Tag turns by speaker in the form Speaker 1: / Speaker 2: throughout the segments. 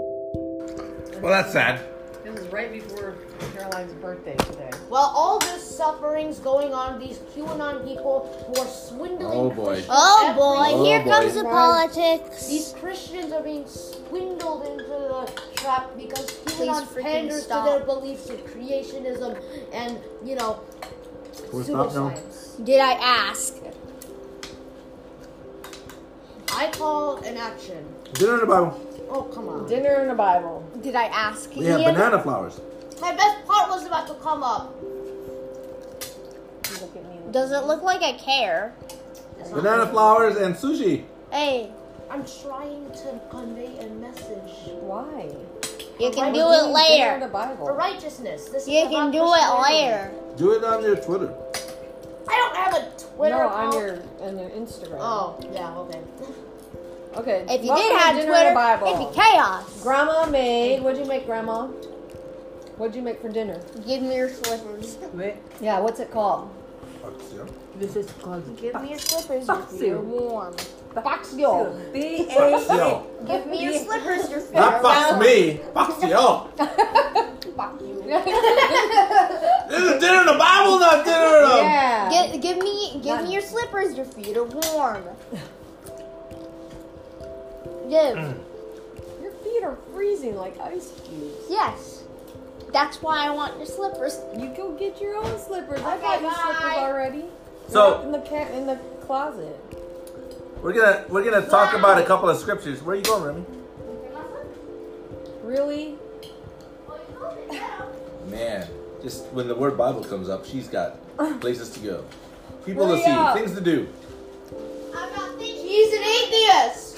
Speaker 1: Well, that's sad.
Speaker 2: This is right before Caroline's birthday today.
Speaker 3: While all this suffering's going on, these QAnon people who are swindling
Speaker 4: Oh, boy.
Speaker 3: Christians
Speaker 5: Oh
Speaker 3: every-
Speaker 5: boy,
Speaker 4: Oh,
Speaker 5: here
Speaker 4: boy.
Speaker 5: comes the
Speaker 3: Right. These
Speaker 5: politics.
Speaker 3: Christians are being swindled into the trap because QAnon
Speaker 5: freaking
Speaker 3: panders to
Speaker 5: stop.
Speaker 3: their beliefs of creationism and, you know,
Speaker 4: we stop now?
Speaker 3: pseudoscience.
Speaker 5: Did I ask?
Speaker 3: I call an action.
Speaker 4: Dinner in the Bible.
Speaker 3: Oh, come on.
Speaker 2: Dinner and a Bible.
Speaker 5: Did I ask?
Speaker 4: We have
Speaker 5: Ian?
Speaker 4: banana flowers.
Speaker 3: My best part was about to come up.
Speaker 2: You Look at me.
Speaker 5: Doesn't look like I care.
Speaker 3: It's not-
Speaker 4: Banana flowers and sushi.
Speaker 5: Hey,
Speaker 3: I'm trying to convey a message
Speaker 2: Why?
Speaker 5: you
Speaker 3: Why
Speaker 5: can
Speaker 3: would
Speaker 5: do it
Speaker 2: Dinner and a
Speaker 5: later.
Speaker 3: for
Speaker 2: Bible.
Speaker 3: righteousness. This
Speaker 5: You
Speaker 3: is
Speaker 5: can
Speaker 3: about
Speaker 5: do it
Speaker 3: Christianity.
Speaker 5: later.
Speaker 4: Do it on your Twitter.
Speaker 3: I don't have a Twitter.
Speaker 2: No, on
Speaker 3: account.
Speaker 2: your on your Instagram.
Speaker 3: Oh, yeah, okay.
Speaker 2: Okay.
Speaker 5: If you
Speaker 2: welcome
Speaker 5: did
Speaker 2: to
Speaker 5: have
Speaker 2: dinner and a
Speaker 5: Twitter,
Speaker 2: Bible.
Speaker 5: it'd be chaos.
Speaker 2: Grandma made. What'd you make, Grandma? What'd you make for dinner?
Speaker 5: Give me your slippers.
Speaker 2: Yeah. What's it called?
Speaker 4: That's, yeah.
Speaker 5: Give me your slippers. You're warm.
Speaker 2: Fox Yo.
Speaker 4: Fox yo.
Speaker 5: Give me your slippers. You're
Speaker 4: Not fox me. Fox yo. This is dinner in the Bible, not dinner in the...
Speaker 2: Yeah.
Speaker 5: Get, give me, give me your slippers. Your feet are warm. Give.
Speaker 2: your feet are freezing like ice cubes.
Speaker 5: Yes. That's why I want your slippers.
Speaker 2: You go get your own slippers. I
Speaker 5: Okay,
Speaker 2: got your slippers
Speaker 5: bye.
Speaker 2: already.
Speaker 4: So-
Speaker 2: Up in the ca- in the closet.
Speaker 4: We're gonna we're gonna talk about a couple of scriptures. Where are you going, Remy?
Speaker 2: Really?
Speaker 4: Man, just when the word Bible comes up, she's got places to go, people
Speaker 2: Hurry up.
Speaker 4: things to do.
Speaker 3: He's an atheist.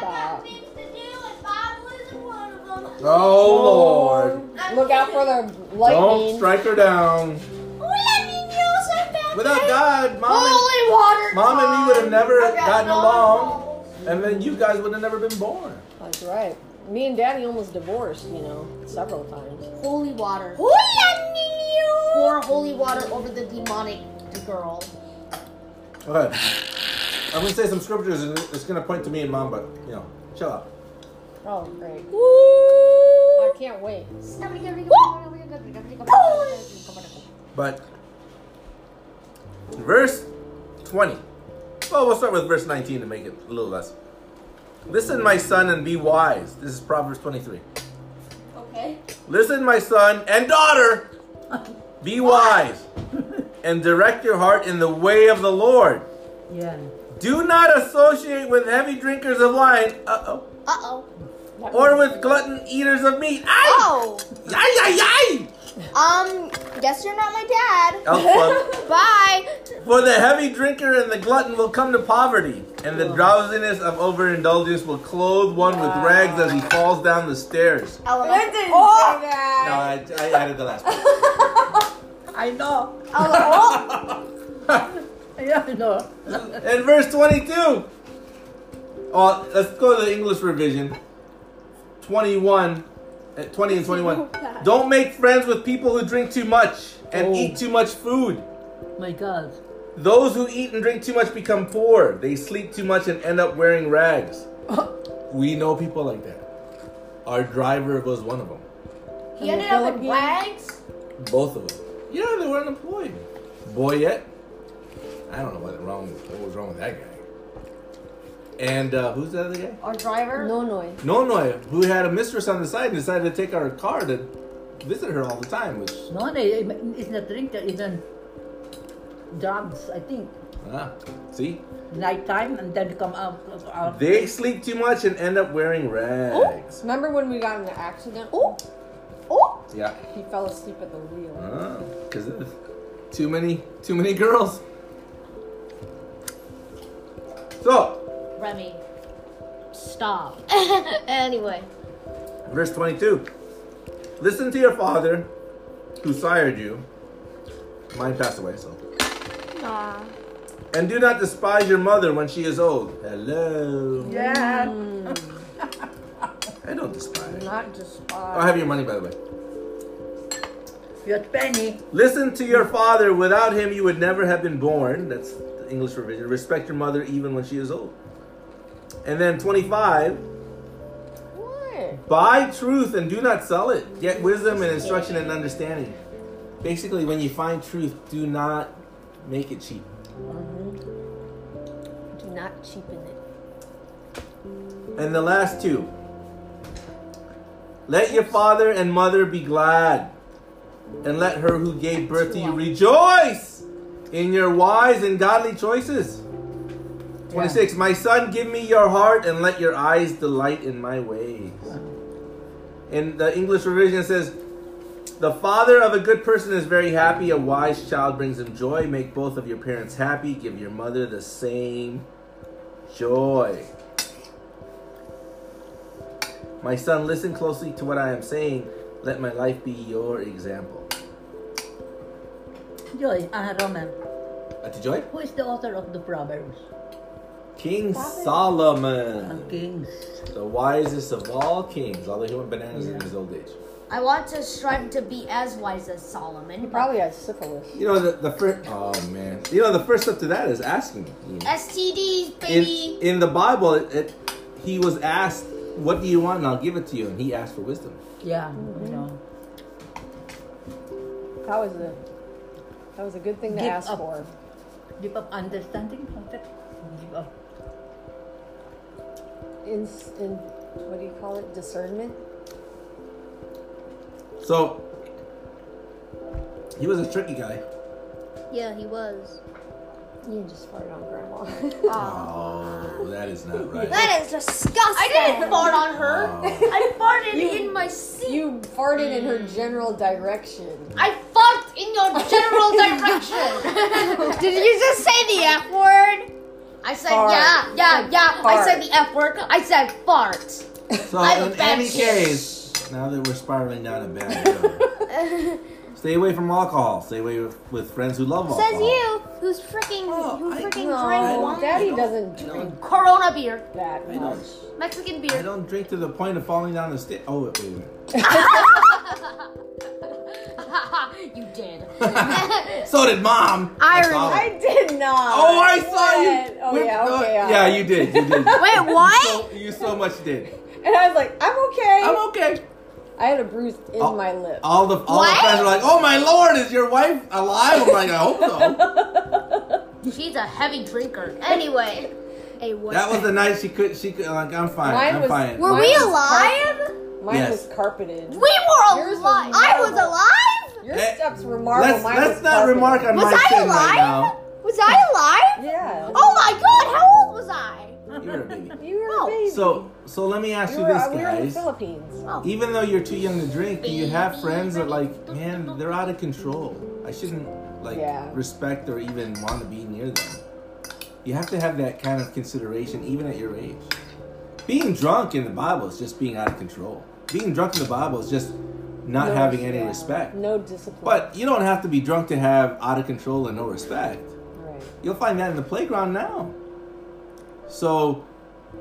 Speaker 2: Bob.
Speaker 4: Oh, Lord,
Speaker 2: Lord. Look out for the
Speaker 4: don't
Speaker 2: lightning.
Speaker 4: strike her down. Without God, mom and,
Speaker 3: Holy water.
Speaker 4: mom and me would have never
Speaker 3: Um, I got
Speaker 4: gotten
Speaker 3: no
Speaker 4: along, and then you guys would have never been born.
Speaker 2: That's right. Me and Daddy almost divorced, you know, several times.
Speaker 3: Holy water. Pour holy water over the demonic girl.
Speaker 4: Okay, I'm gonna say some scriptures, and it's gonna point to me and mom, but you know, chill out.
Speaker 2: Oh, great.
Speaker 5: Woo!
Speaker 2: I can't wait.
Speaker 4: But verse 20. Well, we'll start with verse 19 to make it a little less. Listen, my son, and be wise. This is Proverbs 23.
Speaker 5: Okay.
Speaker 4: Listen, my son and daughter, be wise and direct your heart in the way of the Lord.
Speaker 6: Yeah.
Speaker 4: Do not associate with heavy drinkers of wine, uh-oh,
Speaker 5: Uh oh.
Speaker 4: or with glutton eaters of meat. Ay!
Speaker 5: Oh.
Speaker 4: Ay, ay, ay!
Speaker 5: Um. Guess you're not my dad.
Speaker 4: Elf one.
Speaker 5: Bye.
Speaker 4: For the heavy drinker and the glutton will come to poverty, and the drowsiness of overindulgence will clothe one with rags as he falls down the stairs.
Speaker 5: Elemental.
Speaker 2: Oh!
Speaker 4: No, I, I added the last part.
Speaker 6: I know. Yeah, I know.
Speaker 4: And verse 22. Oh, let's go to the English revision. 21, uh, 20 and 21. Don't make friends with people who drink too much and
Speaker 6: Oh.
Speaker 4: eat too much food.
Speaker 6: My God.
Speaker 4: Those who eat and drink too much become poor. They sleep too much and end up wearing rags. we know people like that. Our driver was one of them.
Speaker 3: He ended up with rags.
Speaker 4: Both of them. Yeah, they were unemployed. Boyette. I don't know what wrong what was wrong with that guy. And uh, who's the other guy?
Speaker 3: Our driver.
Speaker 2: No noise.
Speaker 4: Nonoy, who had a mistress on the side and decided to take our car to visit her all the time, which
Speaker 6: No, no, it's not drink. It's on drugs. I think
Speaker 4: ah, see?
Speaker 6: nighttime and then come out. out.
Speaker 4: They sleep too much and end up wearing rags.
Speaker 2: Remember when we got in an accident?
Speaker 5: Oh.
Speaker 4: Yeah.
Speaker 2: He fell asleep at the wheel.
Speaker 4: Because too many, too many girls. So,
Speaker 3: Remy. Stop.
Speaker 5: anyway.
Speaker 4: verse 22. Listen to your father who sired you. Mine passed away, so.
Speaker 5: Aw.
Speaker 4: And do not despise your mother when she is old. Hello.
Speaker 6: Yeah.
Speaker 4: I don't despise.
Speaker 2: Not just
Speaker 4: I'll have your money, by the way.
Speaker 6: Your penny.
Speaker 4: Listen to your father. Without him, you would never have been born. That's the English revision. Respect your mother even when she is old. And then 25.
Speaker 2: What?
Speaker 4: Buy truth and do not sell it. Get wisdom and instruction and understanding. Basically, when you find truth, do not make it cheap.
Speaker 2: Do not cheapen it.
Speaker 4: And the last two. Let your father and mother be glad, and let her who gave birth to you rejoice in your wise and godly choices. 26. My son, give me your heart, and let your eyes delight in my ways. And the English revision says, the father of a good person is very happy. A wise child brings him joy. Make both of your parents happy. Give your mother the same joy. My son, listen closely to what I am saying. Let my life be your example.
Speaker 6: Joy, uh, Roman,
Speaker 4: Ati Joy?
Speaker 6: who is the author of the Proverbs?
Speaker 4: King Solomon,
Speaker 6: Ang Kings.
Speaker 4: the wisest of all kings, although he went bananas in his old age.
Speaker 3: I want to strive to be as wise as Solomon.
Speaker 2: He probably has syphilis.
Speaker 4: You know, the, the first. Oh, man. You know, the first step to that is asking. you know.
Speaker 3: STDs,
Speaker 4: in,
Speaker 3: baby.
Speaker 4: in the Bible, it, it, he was asked, What do you want? And I'll give it to you. And he asked for wisdom.
Speaker 6: Yeah, you know.
Speaker 2: That was a that was a good thing to
Speaker 6: Give
Speaker 2: ask
Speaker 6: up.
Speaker 2: for.
Speaker 6: Give up understanding something. Give up.
Speaker 2: In, in what do you call it? Discernment.
Speaker 4: So, he was a tricky guy.
Speaker 5: Yeah, he was.
Speaker 2: You just farted on Grandma.
Speaker 4: Oh, that is not right.
Speaker 5: That is disgusting.
Speaker 3: I didn't fart on her.
Speaker 4: Oh.
Speaker 3: I farted in my seat.
Speaker 2: you farted in her general direction.
Speaker 3: I farted in your general direction.
Speaker 5: Did you just say the F word?
Speaker 3: I said
Speaker 2: Fart.
Speaker 3: yeah, yeah, yeah. I
Speaker 2: Fart.
Speaker 3: said the F word. I said fart.
Speaker 4: So
Speaker 3: I'm a
Speaker 4: in
Speaker 3: bad
Speaker 4: any
Speaker 3: shit.
Speaker 4: case, now that we're spiraling down a bad road, stay away from alcohol. Stay away with, with friends who love alcohol.
Speaker 5: Says you, who's freaking,
Speaker 3: Oh,
Speaker 5: who
Speaker 4: Oh. I-
Speaker 5: freaking drank
Speaker 2: No,
Speaker 5: wine.
Speaker 2: Daddy doesn't
Speaker 4: I
Speaker 2: drink
Speaker 4: don't,
Speaker 3: Corona beer.
Speaker 2: that
Speaker 4: I
Speaker 2: much.
Speaker 4: don't,
Speaker 3: Mexican
Speaker 4: I
Speaker 3: beer.
Speaker 4: don't drink to the point of falling down the stairs. Oh wait, wait, wait.
Speaker 3: you did.
Speaker 4: so did mom. I saw it.
Speaker 2: I did not.
Speaker 4: Oh, I saw you.
Speaker 2: What? Oh
Speaker 4: with-
Speaker 2: yeah,
Speaker 4: uh,
Speaker 2: okay. all
Speaker 4: yeah,
Speaker 2: right.
Speaker 4: you did. You did. You
Speaker 5: Wait, what?
Speaker 4: so, you so much did.
Speaker 2: And I was like, I'm okay.
Speaker 4: I'm okay.
Speaker 2: I had a bruise in
Speaker 4: Oh.
Speaker 2: my lip.
Speaker 4: All the all the
Speaker 5: What?
Speaker 4: friends were like, "Oh my lord, is your wife alive?" I'm like, "I hope so."
Speaker 3: She's a heavy drinker. Anyway,
Speaker 5: Hey, what?
Speaker 4: that was the night she could. She could. Like, I'm fine.
Speaker 2: Mine
Speaker 4: I'm
Speaker 2: was-
Speaker 4: fine.
Speaker 5: Were
Speaker 2: Mine
Speaker 5: we
Speaker 2: was
Speaker 5: alive?
Speaker 2: Mine
Speaker 4: Yes.
Speaker 2: was carpeted.
Speaker 5: We were
Speaker 2: Yours was
Speaker 5: alive. I was
Speaker 2: marble.
Speaker 5: alive.
Speaker 2: Your
Speaker 4: Eh,
Speaker 2: steps were marble.
Speaker 4: Let's
Speaker 2: Mine
Speaker 4: let's
Speaker 2: was
Speaker 4: not
Speaker 2: carpeted.
Speaker 4: remark on
Speaker 5: Was
Speaker 4: my
Speaker 5: I
Speaker 4: sin right
Speaker 5: alive?
Speaker 4: now.
Speaker 5: Was I alive?
Speaker 2: Yeah.
Speaker 5: Oh my God! How old was I?
Speaker 4: You were a baby.
Speaker 2: You were
Speaker 5: No.
Speaker 2: a baby.
Speaker 4: So, so let me ask
Speaker 2: you
Speaker 4: you
Speaker 2: were,
Speaker 4: this,
Speaker 2: we were in the
Speaker 4: guys.
Speaker 2: Philippines.
Speaker 4: Even though you're too young to drink, do you have friends that like, man, they're out of control. I shouldn't like
Speaker 2: Yeah.
Speaker 4: respect or even want to be near them. You have to have that kind of consideration even at your age. Being drunk in the Bible is just being out of control. Being drunk in the Bible is just not
Speaker 2: No,
Speaker 4: having any
Speaker 2: yeah.
Speaker 4: respect.
Speaker 2: No discipline.
Speaker 4: But you don't have to be drunk to have out of control and no respect.
Speaker 2: Right.
Speaker 4: You'll find that in the playground now. So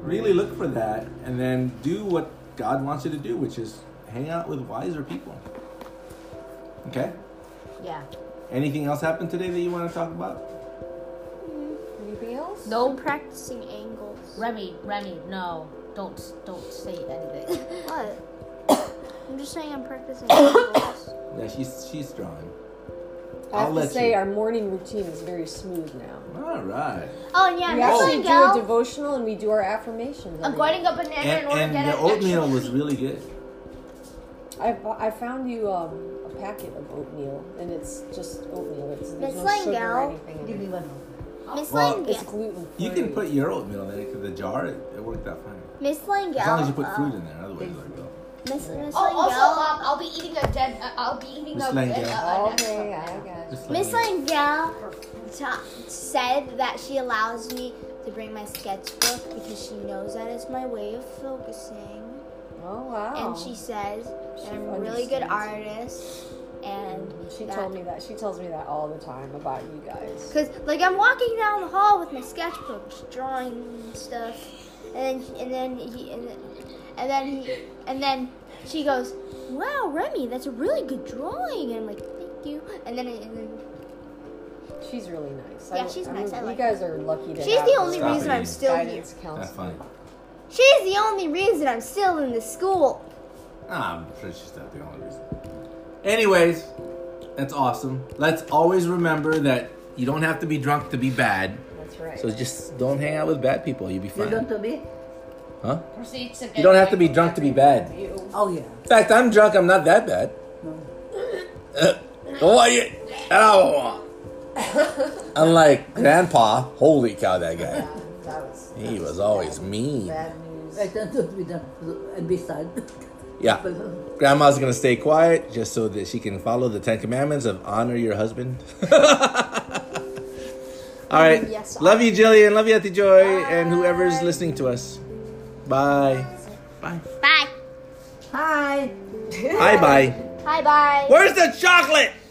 Speaker 4: really look for that and then do what God wants you to do, which is hang out with wiser people. Okay?
Speaker 3: yeah.
Speaker 4: Anything else happened today that you want to talk about?
Speaker 2: Anything else?
Speaker 3: No pre-
Speaker 5: Practicing angles.
Speaker 3: Remy, Remy, no. Don't don't say anything.
Speaker 5: What? Oh, I'm just saying I'm practicing angles.
Speaker 4: Yeah, she's she's drawing.
Speaker 2: I
Speaker 4: I'll
Speaker 2: have to
Speaker 4: let
Speaker 2: say
Speaker 4: you.
Speaker 2: our morning routine is very smooth now.
Speaker 4: All right.
Speaker 5: Oh and yeah,
Speaker 2: We
Speaker 5: next
Speaker 2: actually
Speaker 5: time,
Speaker 2: do a
Speaker 5: go.
Speaker 2: devotional and we do our affirmations.
Speaker 3: I'm
Speaker 2: every
Speaker 3: grinding up banana in
Speaker 4: And,
Speaker 3: order
Speaker 4: and
Speaker 3: to get
Speaker 4: the
Speaker 3: an extra
Speaker 4: oatmeal was
Speaker 3: treat.
Speaker 4: really good.
Speaker 2: I, I found you um, a packet of oatmeal, and it's just oatmeal. It's there's
Speaker 5: Miss
Speaker 2: no sugar or
Speaker 5: Langell.
Speaker 2: anything.
Speaker 6: Give
Speaker 2: In
Speaker 6: me
Speaker 2: it.
Speaker 6: one.
Speaker 5: Miss
Speaker 4: Well,
Speaker 5: Langell.
Speaker 2: It's gluten free.
Speaker 4: You can put your oatmeal in it, 'cause the jar. It, it worked out fine.
Speaker 5: Miss Langell.
Speaker 4: As long as you put
Speaker 5: uh,
Speaker 4: food in there, otherwise it'll go.
Speaker 5: Miss, Miss
Speaker 3: Oh, also,
Speaker 5: Langell.
Speaker 3: Mom, I'll be eating a dead. Uh, I'll be eating
Speaker 4: Miss
Speaker 3: a
Speaker 4: Langell.
Speaker 3: dead. Uh, an extra
Speaker 2: Okay, I
Speaker 3: banana.
Speaker 2: got
Speaker 4: Just
Speaker 5: Miss
Speaker 4: let me-
Speaker 5: Langell ta- said that she allows me to bring my sketchbook because she knows that it's my way of focusing.
Speaker 2: you. Oh wow.
Speaker 5: And she says
Speaker 2: She
Speaker 5: that I'm a really good
Speaker 2: understands
Speaker 5: artist. And
Speaker 2: She
Speaker 5: that-
Speaker 2: told me that. She tells me that all the time about you guys.
Speaker 5: Cause like I'm walking down the hall with my sketchbook, just drawing and stuff, and then and then he and then and then, he, and then she goes, "Wow, Remy, that's a really good drawing." And I'm like, "Thank you." And then and then
Speaker 2: She's really nice.
Speaker 5: Yeah,
Speaker 2: don't-
Speaker 5: she's nice. I
Speaker 2: you
Speaker 5: like
Speaker 2: guys are lucky to
Speaker 5: She's
Speaker 2: have
Speaker 5: the
Speaker 2: her.
Speaker 5: only
Speaker 4: Stop
Speaker 5: reason
Speaker 4: it,
Speaker 5: I'm
Speaker 4: you.
Speaker 5: still here.
Speaker 2: guidance
Speaker 4: That's
Speaker 2: counselor.
Speaker 4: funny.
Speaker 5: She's the only reason I'm still in the school.
Speaker 4: Ah, I'm sure she's not the only reason. Anyways, that's awesome. Let's always remember that you don't have to be drunk to be bad.
Speaker 2: That's right.
Speaker 4: So just don't hang out with bad people. You'll be
Speaker 6: You
Speaker 4: fine.
Speaker 6: don't to be?
Speaker 4: Huh?
Speaker 3: Proceeds to
Speaker 4: You don't have to be drunk to be bad.
Speaker 6: Oh yeah.
Speaker 4: In fact, I'm drunk. I'm not that bad. Uh, oh, are you? Ow. Unlike Grandpa, holy cow, that guy.
Speaker 2: that was
Speaker 4: He was always mean.
Speaker 2: bad news.
Speaker 6: I don't to be done and be sad.
Speaker 4: Yeah. Grandma's gonna stay quiet just so that she can follow the Ten Commandments of honor your husband. All right.
Speaker 5: Yes,
Speaker 4: love you, Jillian. Love you, Auntie Joy, and whoever's listening to us. Bye. Bye.
Speaker 5: Bye.
Speaker 6: Hi.
Speaker 4: Bye. Bye.
Speaker 5: Hi, bye.
Speaker 4: Where's the chocolate?